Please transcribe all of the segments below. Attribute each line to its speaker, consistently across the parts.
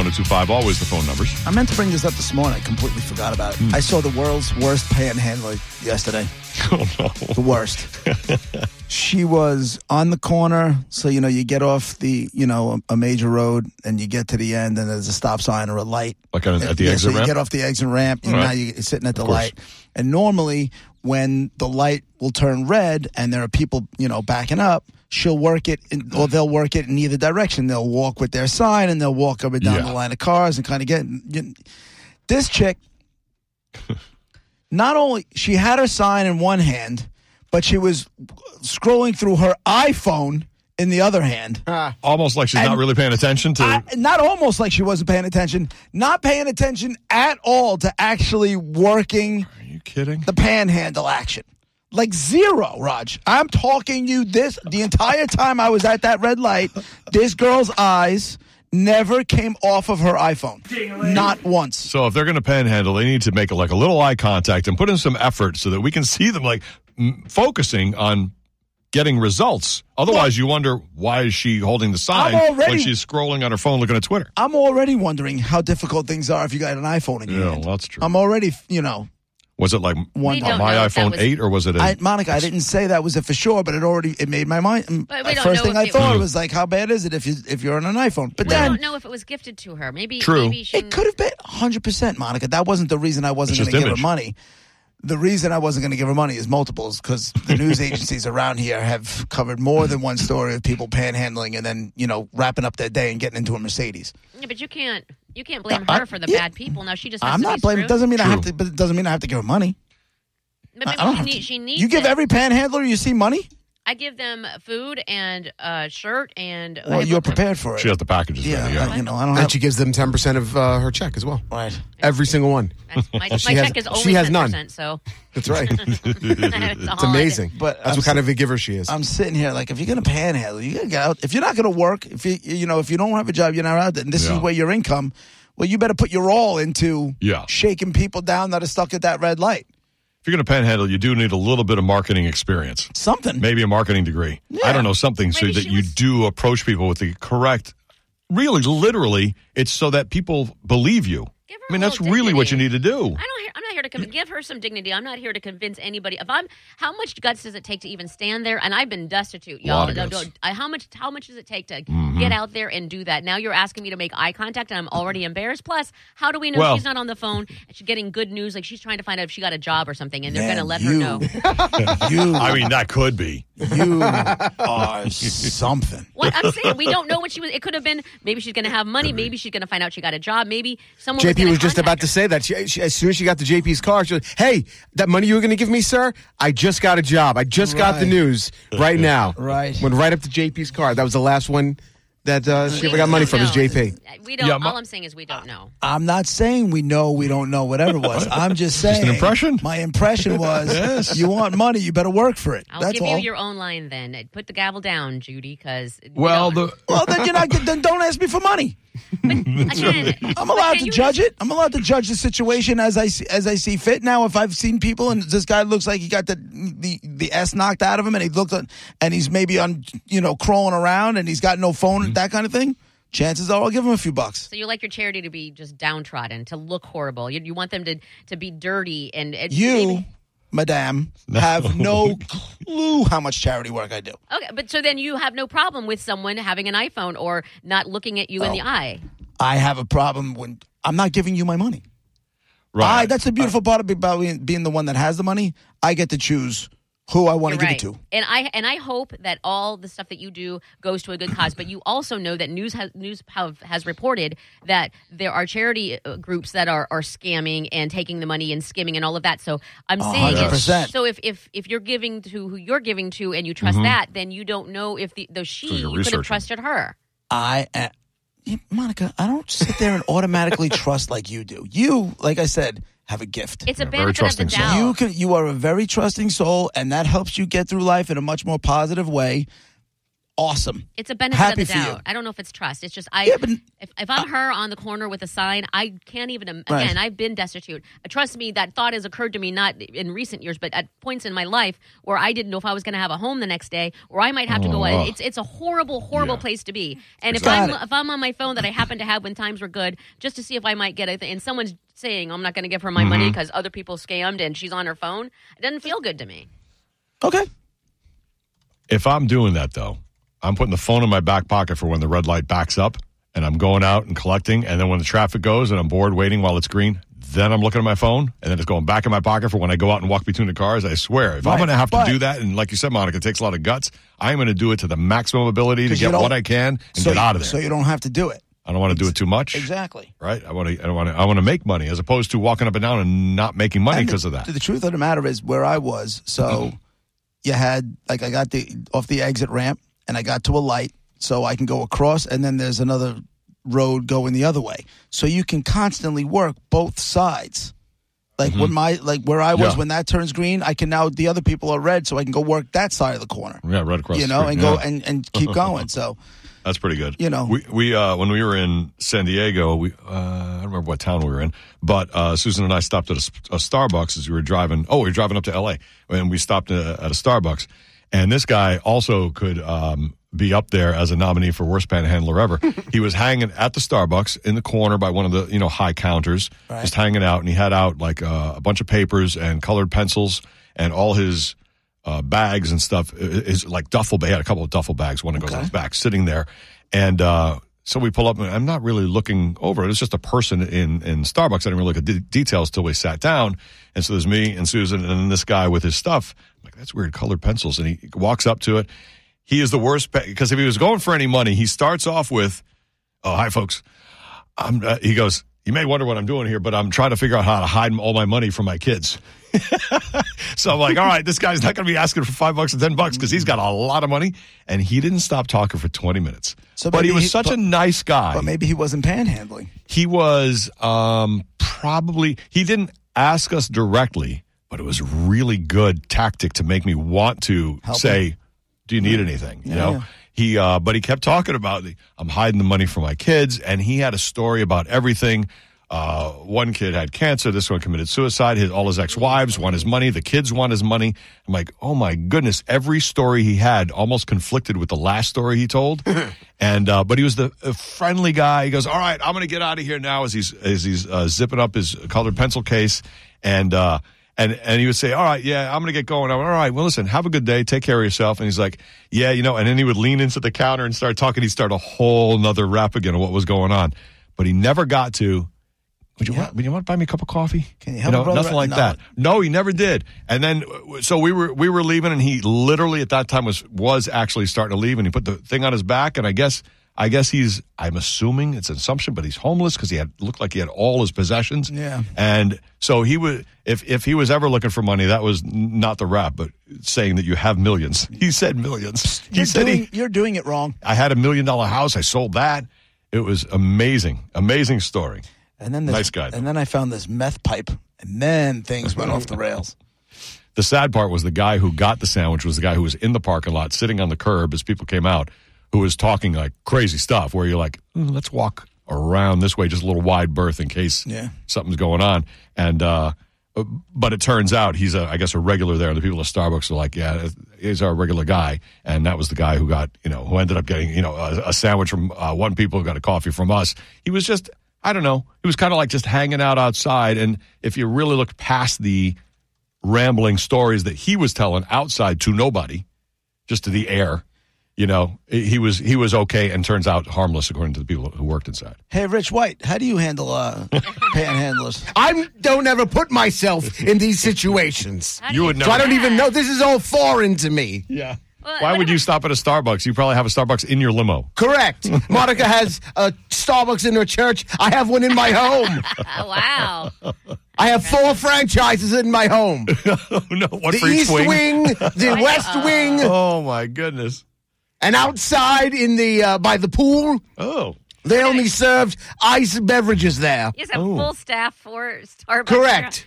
Speaker 1: 1025. Always the phone numbers.
Speaker 2: I meant to bring this up this morning. I completely forgot about it.
Speaker 1: Hmm.
Speaker 2: I saw the world's worst panhandler yesterday.
Speaker 1: Oh, no.
Speaker 2: The worst. she was on the corner. So, you know, you get off the, you know, a, a major road and you get to the end and there's a stop sign or a light.
Speaker 1: Like on- at the
Speaker 2: Yeah,
Speaker 1: exit
Speaker 2: so you
Speaker 1: ramp?
Speaker 2: get off the exit ramp and
Speaker 1: All
Speaker 2: now
Speaker 1: right.
Speaker 2: you're sitting at the
Speaker 1: course.
Speaker 2: light. And normally when the light will turn red and there are people, you know, backing up, she'll work it in, or they'll work it in either direction. They'll walk with their sign and they'll walk up and down
Speaker 1: Yeah.
Speaker 2: the line of cars and kind of get you- this chick not only she had her sign in one hand, but she was scrolling through her iPhone in the other hand.
Speaker 1: Ah. Almost like she's not
Speaker 2: And-
Speaker 1: really paying attention to.
Speaker 2: I, not almost like she wasn't paying attention, not paying attention at all to actually working
Speaker 1: Are you kidding?
Speaker 2: the panhandle action. Like zero, Raj. I'm talking you this the entire time I was at that red light, this girl's eyes never came off of her iPhone. Not once.
Speaker 1: So if they're going to panhandle, they need to make like a little eye contact and put in some effort so that we can see them like m- focusing on getting results. Otherwise, you wonder why is she holding the sign
Speaker 2: I'm already-
Speaker 1: when she's scrolling on her phone looking at Twitter.
Speaker 2: I'm already wondering how difficult things are if you got an iPhone in your
Speaker 1: Yeah,
Speaker 2: hand.
Speaker 1: well, that's true.
Speaker 2: I'm already, you know,
Speaker 1: Was it like
Speaker 2: Um, We don't
Speaker 1: my
Speaker 3: know if that
Speaker 1: iPhone
Speaker 3: was-
Speaker 1: 8 or was it a
Speaker 2: I, Monica, I didn't say that was it for sure, but it already it made my mind.
Speaker 3: But we don't
Speaker 2: first
Speaker 3: know
Speaker 2: thing
Speaker 3: if
Speaker 2: I
Speaker 3: it
Speaker 2: thought
Speaker 1: was-
Speaker 2: was like, how bad is it if you if you're on an iPhone? But
Speaker 3: We don't
Speaker 2: then
Speaker 3: know if it was gifted to her. Maybe
Speaker 1: True.
Speaker 3: Maybe she
Speaker 2: it could have been 100 percent, Monica. That wasn't the reason I wasn't
Speaker 1: It's
Speaker 2: going
Speaker 1: just
Speaker 2: to give her
Speaker 1: image.
Speaker 2: money. The reason I wasn't going to give her money is multiples because the news agencies around here have covered more than one story of people panhandling and then you know wrapping up their day and getting into a Mercedes.
Speaker 3: Yeah, but you can't. You can't blame
Speaker 1: I-
Speaker 3: her for the
Speaker 2: yeah.
Speaker 3: bad people. Now she just. Has
Speaker 2: I'm
Speaker 3: to
Speaker 2: not
Speaker 3: be
Speaker 2: blaming.
Speaker 3: screwed.
Speaker 2: Doesn't mean I have
Speaker 1: True.
Speaker 2: to. But it doesn't mean I have to give her money.
Speaker 3: But maybe
Speaker 2: I don't
Speaker 3: she,
Speaker 2: have
Speaker 3: need,
Speaker 2: to.
Speaker 3: she needs.
Speaker 2: You give
Speaker 3: it.
Speaker 2: every panhandler you see money.
Speaker 3: I give them food and a shirt and.
Speaker 2: Well, you're prepared for it.
Speaker 1: she has the packages
Speaker 2: yeah,
Speaker 1: ready,
Speaker 2: you know, I don't
Speaker 4: And
Speaker 2: have.
Speaker 4: she gives them 10% of uh, her check as well.
Speaker 2: Right.
Speaker 4: Every single one.
Speaker 3: That's- My, my
Speaker 4: she has-
Speaker 3: check is
Speaker 4: she
Speaker 3: only
Speaker 4: has
Speaker 3: 10%,
Speaker 4: none.
Speaker 3: So
Speaker 4: That's right. it's
Speaker 3: it's, all I do.
Speaker 4: amazing.
Speaker 2: But um,
Speaker 4: That's
Speaker 2: I'm
Speaker 4: what kind of a giver she is.
Speaker 2: I'm sitting here like if you're gonna panhandle, you gotta get out. If you're not gonna work, if you you know if you don't have a job, you're not out there. And this
Speaker 1: Yeah.
Speaker 2: is where your income. Well, you better put your all into
Speaker 1: Yeah.
Speaker 2: shaking people down that are stuck at that red light.
Speaker 1: If you're going to panhandle, you do need a little bit of marketing experience.
Speaker 2: Something.
Speaker 1: Maybe a marketing degree. I don't know, something so
Speaker 3: Maybe
Speaker 1: that
Speaker 3: she
Speaker 1: you
Speaker 3: was-
Speaker 1: do approach people with the correct really literally it's so that people believe you.
Speaker 3: Give her
Speaker 1: I mean,
Speaker 3: a
Speaker 1: that's
Speaker 3: little
Speaker 1: really what you need
Speaker 3: dignity.
Speaker 1: to do.
Speaker 3: I don't. hear- I'm not here to con- give her some dignity. I'm not here to convince anybody. If I'm, how much guts does it take to even stand there? And I've been destitute, y'all.
Speaker 1: Lot of guts.
Speaker 3: Don't- I- How much? How much does it take to get out there and do that? Now you're asking me to make eye contact, and I'm already embarrassed. Plus, how do we know
Speaker 1: Well-
Speaker 3: she's not on the phone? and She's getting good news, like she's trying to find out if she got a job or something, and they're
Speaker 2: Man,
Speaker 3: going to let her
Speaker 2: you-
Speaker 3: know.
Speaker 2: You
Speaker 1: I mean, that could be.
Speaker 2: you are something.
Speaker 3: What I'm saying, we don't know what she was. It could have been maybe she's going to have money. Maybe she's going to find out she got a job. Maybe someone.
Speaker 4: JP
Speaker 3: gonna
Speaker 4: was just
Speaker 3: contact
Speaker 4: about
Speaker 3: her.
Speaker 4: to say that. She, she, as soon as she got to JP's car, she was, hey, that money you were going to give me, sir, I just got a job. I just got the
Speaker 2: Right.
Speaker 4: news right now.
Speaker 2: Right.
Speaker 4: Went right up to JP's car. That was the last one that uh, she ever got
Speaker 3: We
Speaker 4: money
Speaker 3: don't
Speaker 4: from, is
Speaker 3: know.
Speaker 4: JP.
Speaker 3: We don't.
Speaker 1: Yeah, my-
Speaker 3: all I'm saying is we don't know.
Speaker 2: I'm not saying we know we don't know whatever it was. I'm just saying
Speaker 1: an impression?
Speaker 2: My impression was you want money, you better work for it.
Speaker 3: I'll
Speaker 2: That's
Speaker 3: give
Speaker 2: all.
Speaker 3: you your own line then. Uh, Put the gavel down, Judy, because
Speaker 1: Well, the
Speaker 2: well, then you're not. Then don't ask me for money.
Speaker 3: again,
Speaker 2: I'm allowed to judge it. I'm allowed to judge the situation as I see, as I see fit. Now, if I've seen people and this guy looks like he got the the the s knocked out of him, and he looked on, and he's maybe on you know crawling around, and he's got no phone and that kind of thing. Chances are, I'll give him a few bucks.
Speaker 3: So you like your charity to be just downtrodden, to look horrible. You, you want them to to be dirty and, and
Speaker 2: You,
Speaker 3: maybe-
Speaker 2: madame, have no clue how much charity work I do.
Speaker 3: okay, but so then you have no problem with someone having an iPhone or not looking at you
Speaker 2: Oh.
Speaker 3: in the eye.
Speaker 2: I have a problem when I'm not giving you my money. I, that's the beautiful part of be- about being, being the one that has the money. I get to choose who I want to
Speaker 3: You're
Speaker 2: give
Speaker 3: right.
Speaker 2: it to.
Speaker 3: And I and I hope that all the stuff that you do goes to a good cause. But you also know that news has news have, has reported that there are charity uh, groups that are are scamming and taking the money and skimming and all of that. So I'm saying,
Speaker 2: hundred percent.
Speaker 3: so if if if you're giving to who you're giving to and you trust that, then you don't know if the though she
Speaker 1: you're
Speaker 3: you could
Speaker 1: Mm-hmm. researching.
Speaker 3: have trusted her.
Speaker 2: I am, Yeah, Monica, I don't sit there and automatically trust like you do. You, like I said, have a gift.
Speaker 3: It's a
Speaker 1: very
Speaker 3: benefit of the
Speaker 1: trusting, so.
Speaker 3: doubt.
Speaker 2: you can you are a very trusting soul and that helps you get through life in a much more positive way. awesome.
Speaker 3: It's a benefit
Speaker 2: Happy
Speaker 3: of the
Speaker 2: for you.
Speaker 3: doubt. I don't know if it's trust. It's just I.
Speaker 2: Yeah, but-
Speaker 3: if, if I'm her on the corner with a sign, I can't even. im-
Speaker 2: Right.
Speaker 3: Again, I've been destitute. Uh, Trust me, that thought has occurred to me not in recent years, but at points in my life where I didn't know if I was going to have a home the next day, or I might have to go.
Speaker 1: Oh.
Speaker 3: It's it's a horrible, horrible place to be. And
Speaker 2: Got
Speaker 3: if I'm if I'm on my phone that I happen to have when times were good, just to see if I might get it, and someone's saying I'm not going to give her my
Speaker 2: Mm-hmm.
Speaker 3: money because other people scammed and she's on her phone, it doesn't feel good to me.
Speaker 2: Okay.
Speaker 1: If I'm doing that though, I'm putting the phone in my back pocket for when the red light backs up and I'm going out and collecting and then when the traffic goes and I'm bored waiting while it's green, then I'm looking at my phone and then it's going back in my pocket for when I go out and walk between the cars. I swear, if I'm
Speaker 2: Right,
Speaker 1: going to have to
Speaker 2: but-
Speaker 1: do that and like you said Monica, it takes a lot of guts, I am going to do it to the maximum ability to
Speaker 2: 'Cause you
Speaker 1: get
Speaker 2: don't-
Speaker 1: what I can and
Speaker 2: so
Speaker 1: get
Speaker 2: you-
Speaker 1: out of there.
Speaker 2: So you don't have to do it.
Speaker 1: I don't want to do it too much.
Speaker 2: Exactly.
Speaker 1: Right? I want to I want to I want to make money as opposed to walking up and down and not making money
Speaker 2: And
Speaker 1: because
Speaker 2: the,
Speaker 1: of that. Mm-hmm.
Speaker 2: The truth of the matter is where I was. So you had like I got the off the exit ramp and I got to a light, so I can go across, and then there's another road going the other way. So you can constantly work both sides. Like when my like where I was
Speaker 1: Mm-hmm. Yeah.
Speaker 2: when that turns green, I can now the other people are red, so I can go work that side of the corner.
Speaker 1: yeah, right across
Speaker 2: You
Speaker 1: the
Speaker 2: know,
Speaker 1: street.
Speaker 2: and
Speaker 1: Yeah.
Speaker 2: go and, and keep going. So
Speaker 1: That's pretty good.
Speaker 2: You know.
Speaker 1: we we uh, when we were in San Diego, we uh, I don't remember what town we were in, but uh, Susan and I stopped at a, s- a Starbucks as we were driving. Oh, we were driving up to L.A. and we stopped uh, at a Starbucks, and this guy also could um, be up there as a nominee for worst panhandler ever. he was hanging at the Starbucks in the corner by one of the you know high counters,
Speaker 2: Right.
Speaker 1: just hanging out, and he had out like uh, a bunch of papers and colored pencils and all his uh, bags and stuff i- is like duffel bag. He had a couple of duffel bags, one that goes on his back, sitting there. And uh, so we pull up, and I'm not really looking over it. It's just a person in, in Starbucks. I didn't really look at de- details till we sat down. And so there's me and Susan, and then this guy with his stuff. I'm like, that's weird, colored pencils. And he walks up to it. He is the worst because if he was going for any money, he starts off with, "Oh, hi, folks." I'm, uh, he goes, you may wonder what I'm doing here, but I'm trying to figure out how to hide all my money from my kids. so I'm like, all right, this guy's not going to be asking for five bucks or ten bucks because he's got a lot of money, and he didn't stop talking for 20 minutes.
Speaker 2: So
Speaker 1: but he
Speaker 2: maybe
Speaker 1: was
Speaker 2: he-
Speaker 1: such a
Speaker 2: but-
Speaker 1: nice guy.
Speaker 2: but maybe he wasn't panhandling.
Speaker 1: he was um, probably he didn't ask us directly, but it was really good tactic to make me want to say, "Do you need anything?" You know.
Speaker 2: yeah.
Speaker 1: He, uh, but he kept talking about the, I'm hiding the money from my kids, and he had a story about everything. Uh, one kid had cancer. This one committed suicide. His all his ex wives want his money. The kids want his money. I'm like, oh my goodness! Every story he had almost conflicted with the last story he told. and uh, but he was the a friendly guy. He goes, all right, I'm gonna get out of here now. As he's as he's uh, zipping up his colored pencil case, and uh, and and he would say, "All right, yeah, I'm going to get going." I went, "All right, well, listen, have a good day, take care of yourself." And he's like, "Yeah, you know." And then he would lean into the counter and start talking. He'd start a whole nother rap again of what was going on, but he never got to. Would you
Speaker 2: Yeah.
Speaker 1: want? Would you want to buy me a cup of coffee?
Speaker 2: Can you help a
Speaker 1: know,
Speaker 2: brother
Speaker 1: nothing
Speaker 2: out?
Speaker 1: like
Speaker 2: No.
Speaker 1: that. No, he never did. And then, uh, so we were we were leaving, and he literally at that time was was actually starting to leave, and he put the thing on his back, and I guess I guess he's I'm assuming it's an assumption, but he's homeless because he had looked like he had all his possessions.
Speaker 2: Yeah.
Speaker 1: And so he was if if he was ever looking for money, that was n- not the rap, but saying that you have millions. He said millions. He
Speaker 2: You're
Speaker 1: said
Speaker 2: doing,
Speaker 1: he,
Speaker 2: you're doing it wrong.
Speaker 1: I had a million dollar house. I sold that. It was amazing, amazing story.
Speaker 2: And then this,
Speaker 1: Nice guy, though.
Speaker 2: And then I found this meth pipe, and then things went off the rails.
Speaker 1: The sad part was the guy who got the sandwich was the guy who was in the parking lot, sitting on the curb as people came out, who was talking like crazy stuff. Where you're like, "Mm, let's walk around this way, just a little wide berth in case
Speaker 2: Yeah.
Speaker 1: something's going on. And uh, but it turns out he's a, I guess, a regular there. The people at Starbucks are like, yeah, he's our regular guy, and that was the guy who got, you know, who ended up getting, you know, a, a sandwich from uh, one people, got a coffee from us. He was just, I don't know, he was kind of like just hanging out outside. And if you really look past the rambling stories that he was telling outside to nobody, just to the air. You know, he was he was okay, and turns out harmless according to the people who worked inside.
Speaker 2: Hey, Rich White, how do you handle uh, panhandlers?
Speaker 4: I don't ever put myself in these situations.
Speaker 3: How do
Speaker 1: You would
Speaker 4: So I don't e-
Speaker 3: that?
Speaker 4: even know. This is all foreign to me.
Speaker 1: Yeah.
Speaker 3: Well,
Speaker 1: Why would
Speaker 3: whatever-
Speaker 1: you stop at a Starbucks? You probably have a Starbucks in your limo.
Speaker 4: Correct. Monica has a Starbucks in her church. I have one in my home.
Speaker 3: Oh, wow.
Speaker 4: I have four franchises in my home.
Speaker 1: Oh no, one
Speaker 4: The East Wing, the West Wing,
Speaker 1: Oh my goodness.
Speaker 4: and outside in the uh, by the pool,
Speaker 1: Oh.
Speaker 4: they only served ice beverages there.
Speaker 3: You just have full staff for Starbucks.
Speaker 4: Correct.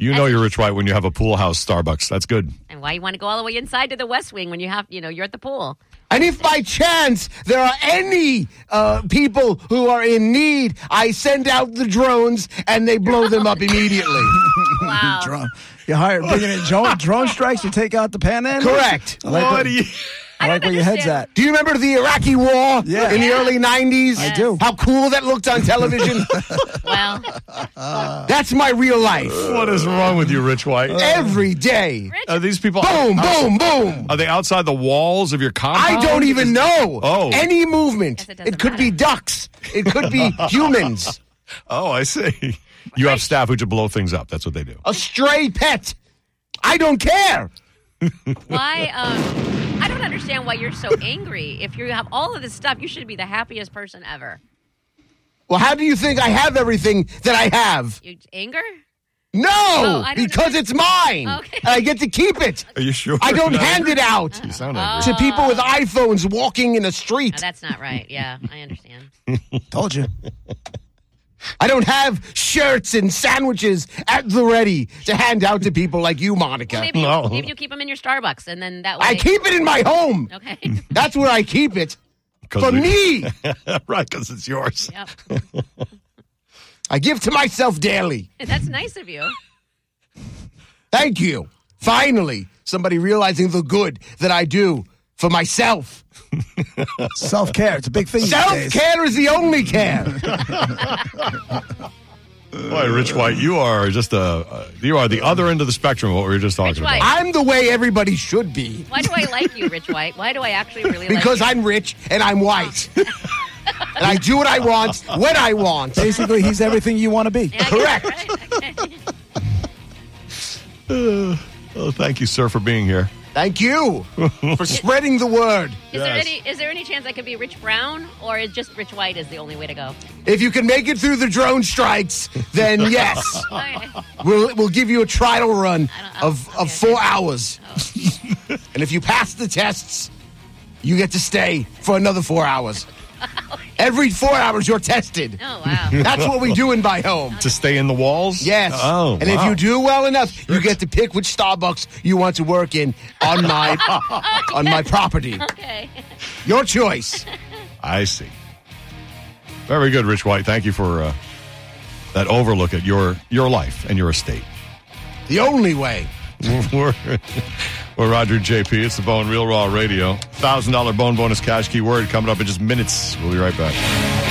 Speaker 1: You know you're rich white when you have a pool house Starbucks. That's good.
Speaker 3: I Why you want to go all the way inside to the West Wing when you have, you know, you're at the pool?
Speaker 4: And if by chance there are any uh, people who are in need, I send out the drones and they blow them up immediately.
Speaker 3: Wow.
Speaker 2: Drone. You hired bringing in drone, drone strikes to take out the Pan Am?
Speaker 4: Correct.
Speaker 2: I like,
Speaker 1: What
Speaker 2: where-
Speaker 1: do you?
Speaker 2: I like where your head's
Speaker 3: understand.
Speaker 2: at.
Speaker 4: Do you remember the Iraqi War
Speaker 2: Yeah.
Speaker 4: in the early 90s?
Speaker 2: I do.
Speaker 4: How cool that looked on television.
Speaker 3: Well,
Speaker 4: That's my real life.
Speaker 1: What is wrong with you, Rich White?
Speaker 4: Every day.
Speaker 1: Are these people?
Speaker 4: Boom, boom, boom.
Speaker 1: Are they outside the walls of your compound?
Speaker 4: I don't even know.
Speaker 1: Oh.
Speaker 4: Any movement.
Speaker 3: Guess it doesn't
Speaker 4: It could be
Speaker 3: matter.
Speaker 4: ducks. It could be humans.
Speaker 1: Oh, I see. You have staff who just blow things up. That's what they do.
Speaker 4: A stray pet. I don't care.
Speaker 3: why? Um, I don't understand why you're so angry. If you have all of this stuff, you should be the happiest person ever.
Speaker 4: Well, how do you think I have everything that I have?
Speaker 3: You anger?
Speaker 4: No,
Speaker 3: Oh, I don't
Speaker 4: because
Speaker 3: know.
Speaker 4: it's mine.
Speaker 3: Okay.
Speaker 4: And I get to keep it.
Speaker 1: Are you sure?
Speaker 4: I don't
Speaker 1: You're not
Speaker 4: hand
Speaker 1: angry?
Speaker 4: it Uh, out
Speaker 1: You sound
Speaker 3: Uh,
Speaker 1: angry.
Speaker 4: to people with iPhones walking in the street.
Speaker 3: No, that's not right. Yeah, I understand.
Speaker 2: Told you.
Speaker 4: I don't have shirts and sandwiches at the ready to hand out to people like you, Monica.
Speaker 3: Maybe,
Speaker 1: No.
Speaker 3: you, maybe you keep them in your Starbucks, and then that way.
Speaker 4: I keep it in my home.
Speaker 3: Okay.
Speaker 4: That's where I keep it.
Speaker 1: 'Cause
Speaker 4: For
Speaker 1: they-
Speaker 4: me,
Speaker 1: right? Because it's yours.
Speaker 3: yep.
Speaker 4: I give to myself daily.
Speaker 3: That's nice of you.
Speaker 4: Thank you. Finally, somebody realizing the good that I do for myself.
Speaker 2: Self care. It's a big thing. these
Speaker 4: Self
Speaker 2: days.
Speaker 4: care is the only care.
Speaker 1: Boy, Rich White, you are just a uh, you are the other end of the spectrum of what we were just talking
Speaker 3: Rich
Speaker 1: about.
Speaker 3: White.
Speaker 4: I'm the way everybody should be
Speaker 3: Why do I like you, Rich White? Why do I actually really
Speaker 4: because
Speaker 3: like
Speaker 4: I'm rich and I'm white. and I do what I want when I want.
Speaker 2: Basically, he's everything you want to be.
Speaker 3: you?
Speaker 4: correct.
Speaker 1: Oh, thank you, sir, for being here.
Speaker 4: Thank you for spreading the word.
Speaker 3: Is there
Speaker 1: Yes.
Speaker 3: any is there any chance I could be Rich Brown or is just Rich White is the only way to go?
Speaker 4: If you can make it through the drone strikes, then yes,
Speaker 3: Okay.
Speaker 4: we'll we'll give you a trial run
Speaker 3: don't-
Speaker 4: of
Speaker 3: okay,
Speaker 4: of four hours,
Speaker 3: Oh.
Speaker 4: and if you pass the tests, you get to stay for another four hours. Every four hours, you're tested.
Speaker 3: Oh wow.
Speaker 4: That's what we do in my home.
Speaker 1: To stay in the walls?
Speaker 4: Yes.
Speaker 1: Oh,
Speaker 4: and if
Speaker 1: wow.
Speaker 4: you do well enough, you get to pick which Starbucks you want to work in on my on my property.
Speaker 3: Okay.
Speaker 4: Your choice.
Speaker 1: I see. Very good, Rich White. Thank you for uh, that overlook at your your life and your estate.
Speaker 4: The only way.
Speaker 1: we're, we're Roger and JP. It's the Bone Real Raw Radio. Thousand dollar bone bonus cash keyword coming up in just minutes. We'll be right back.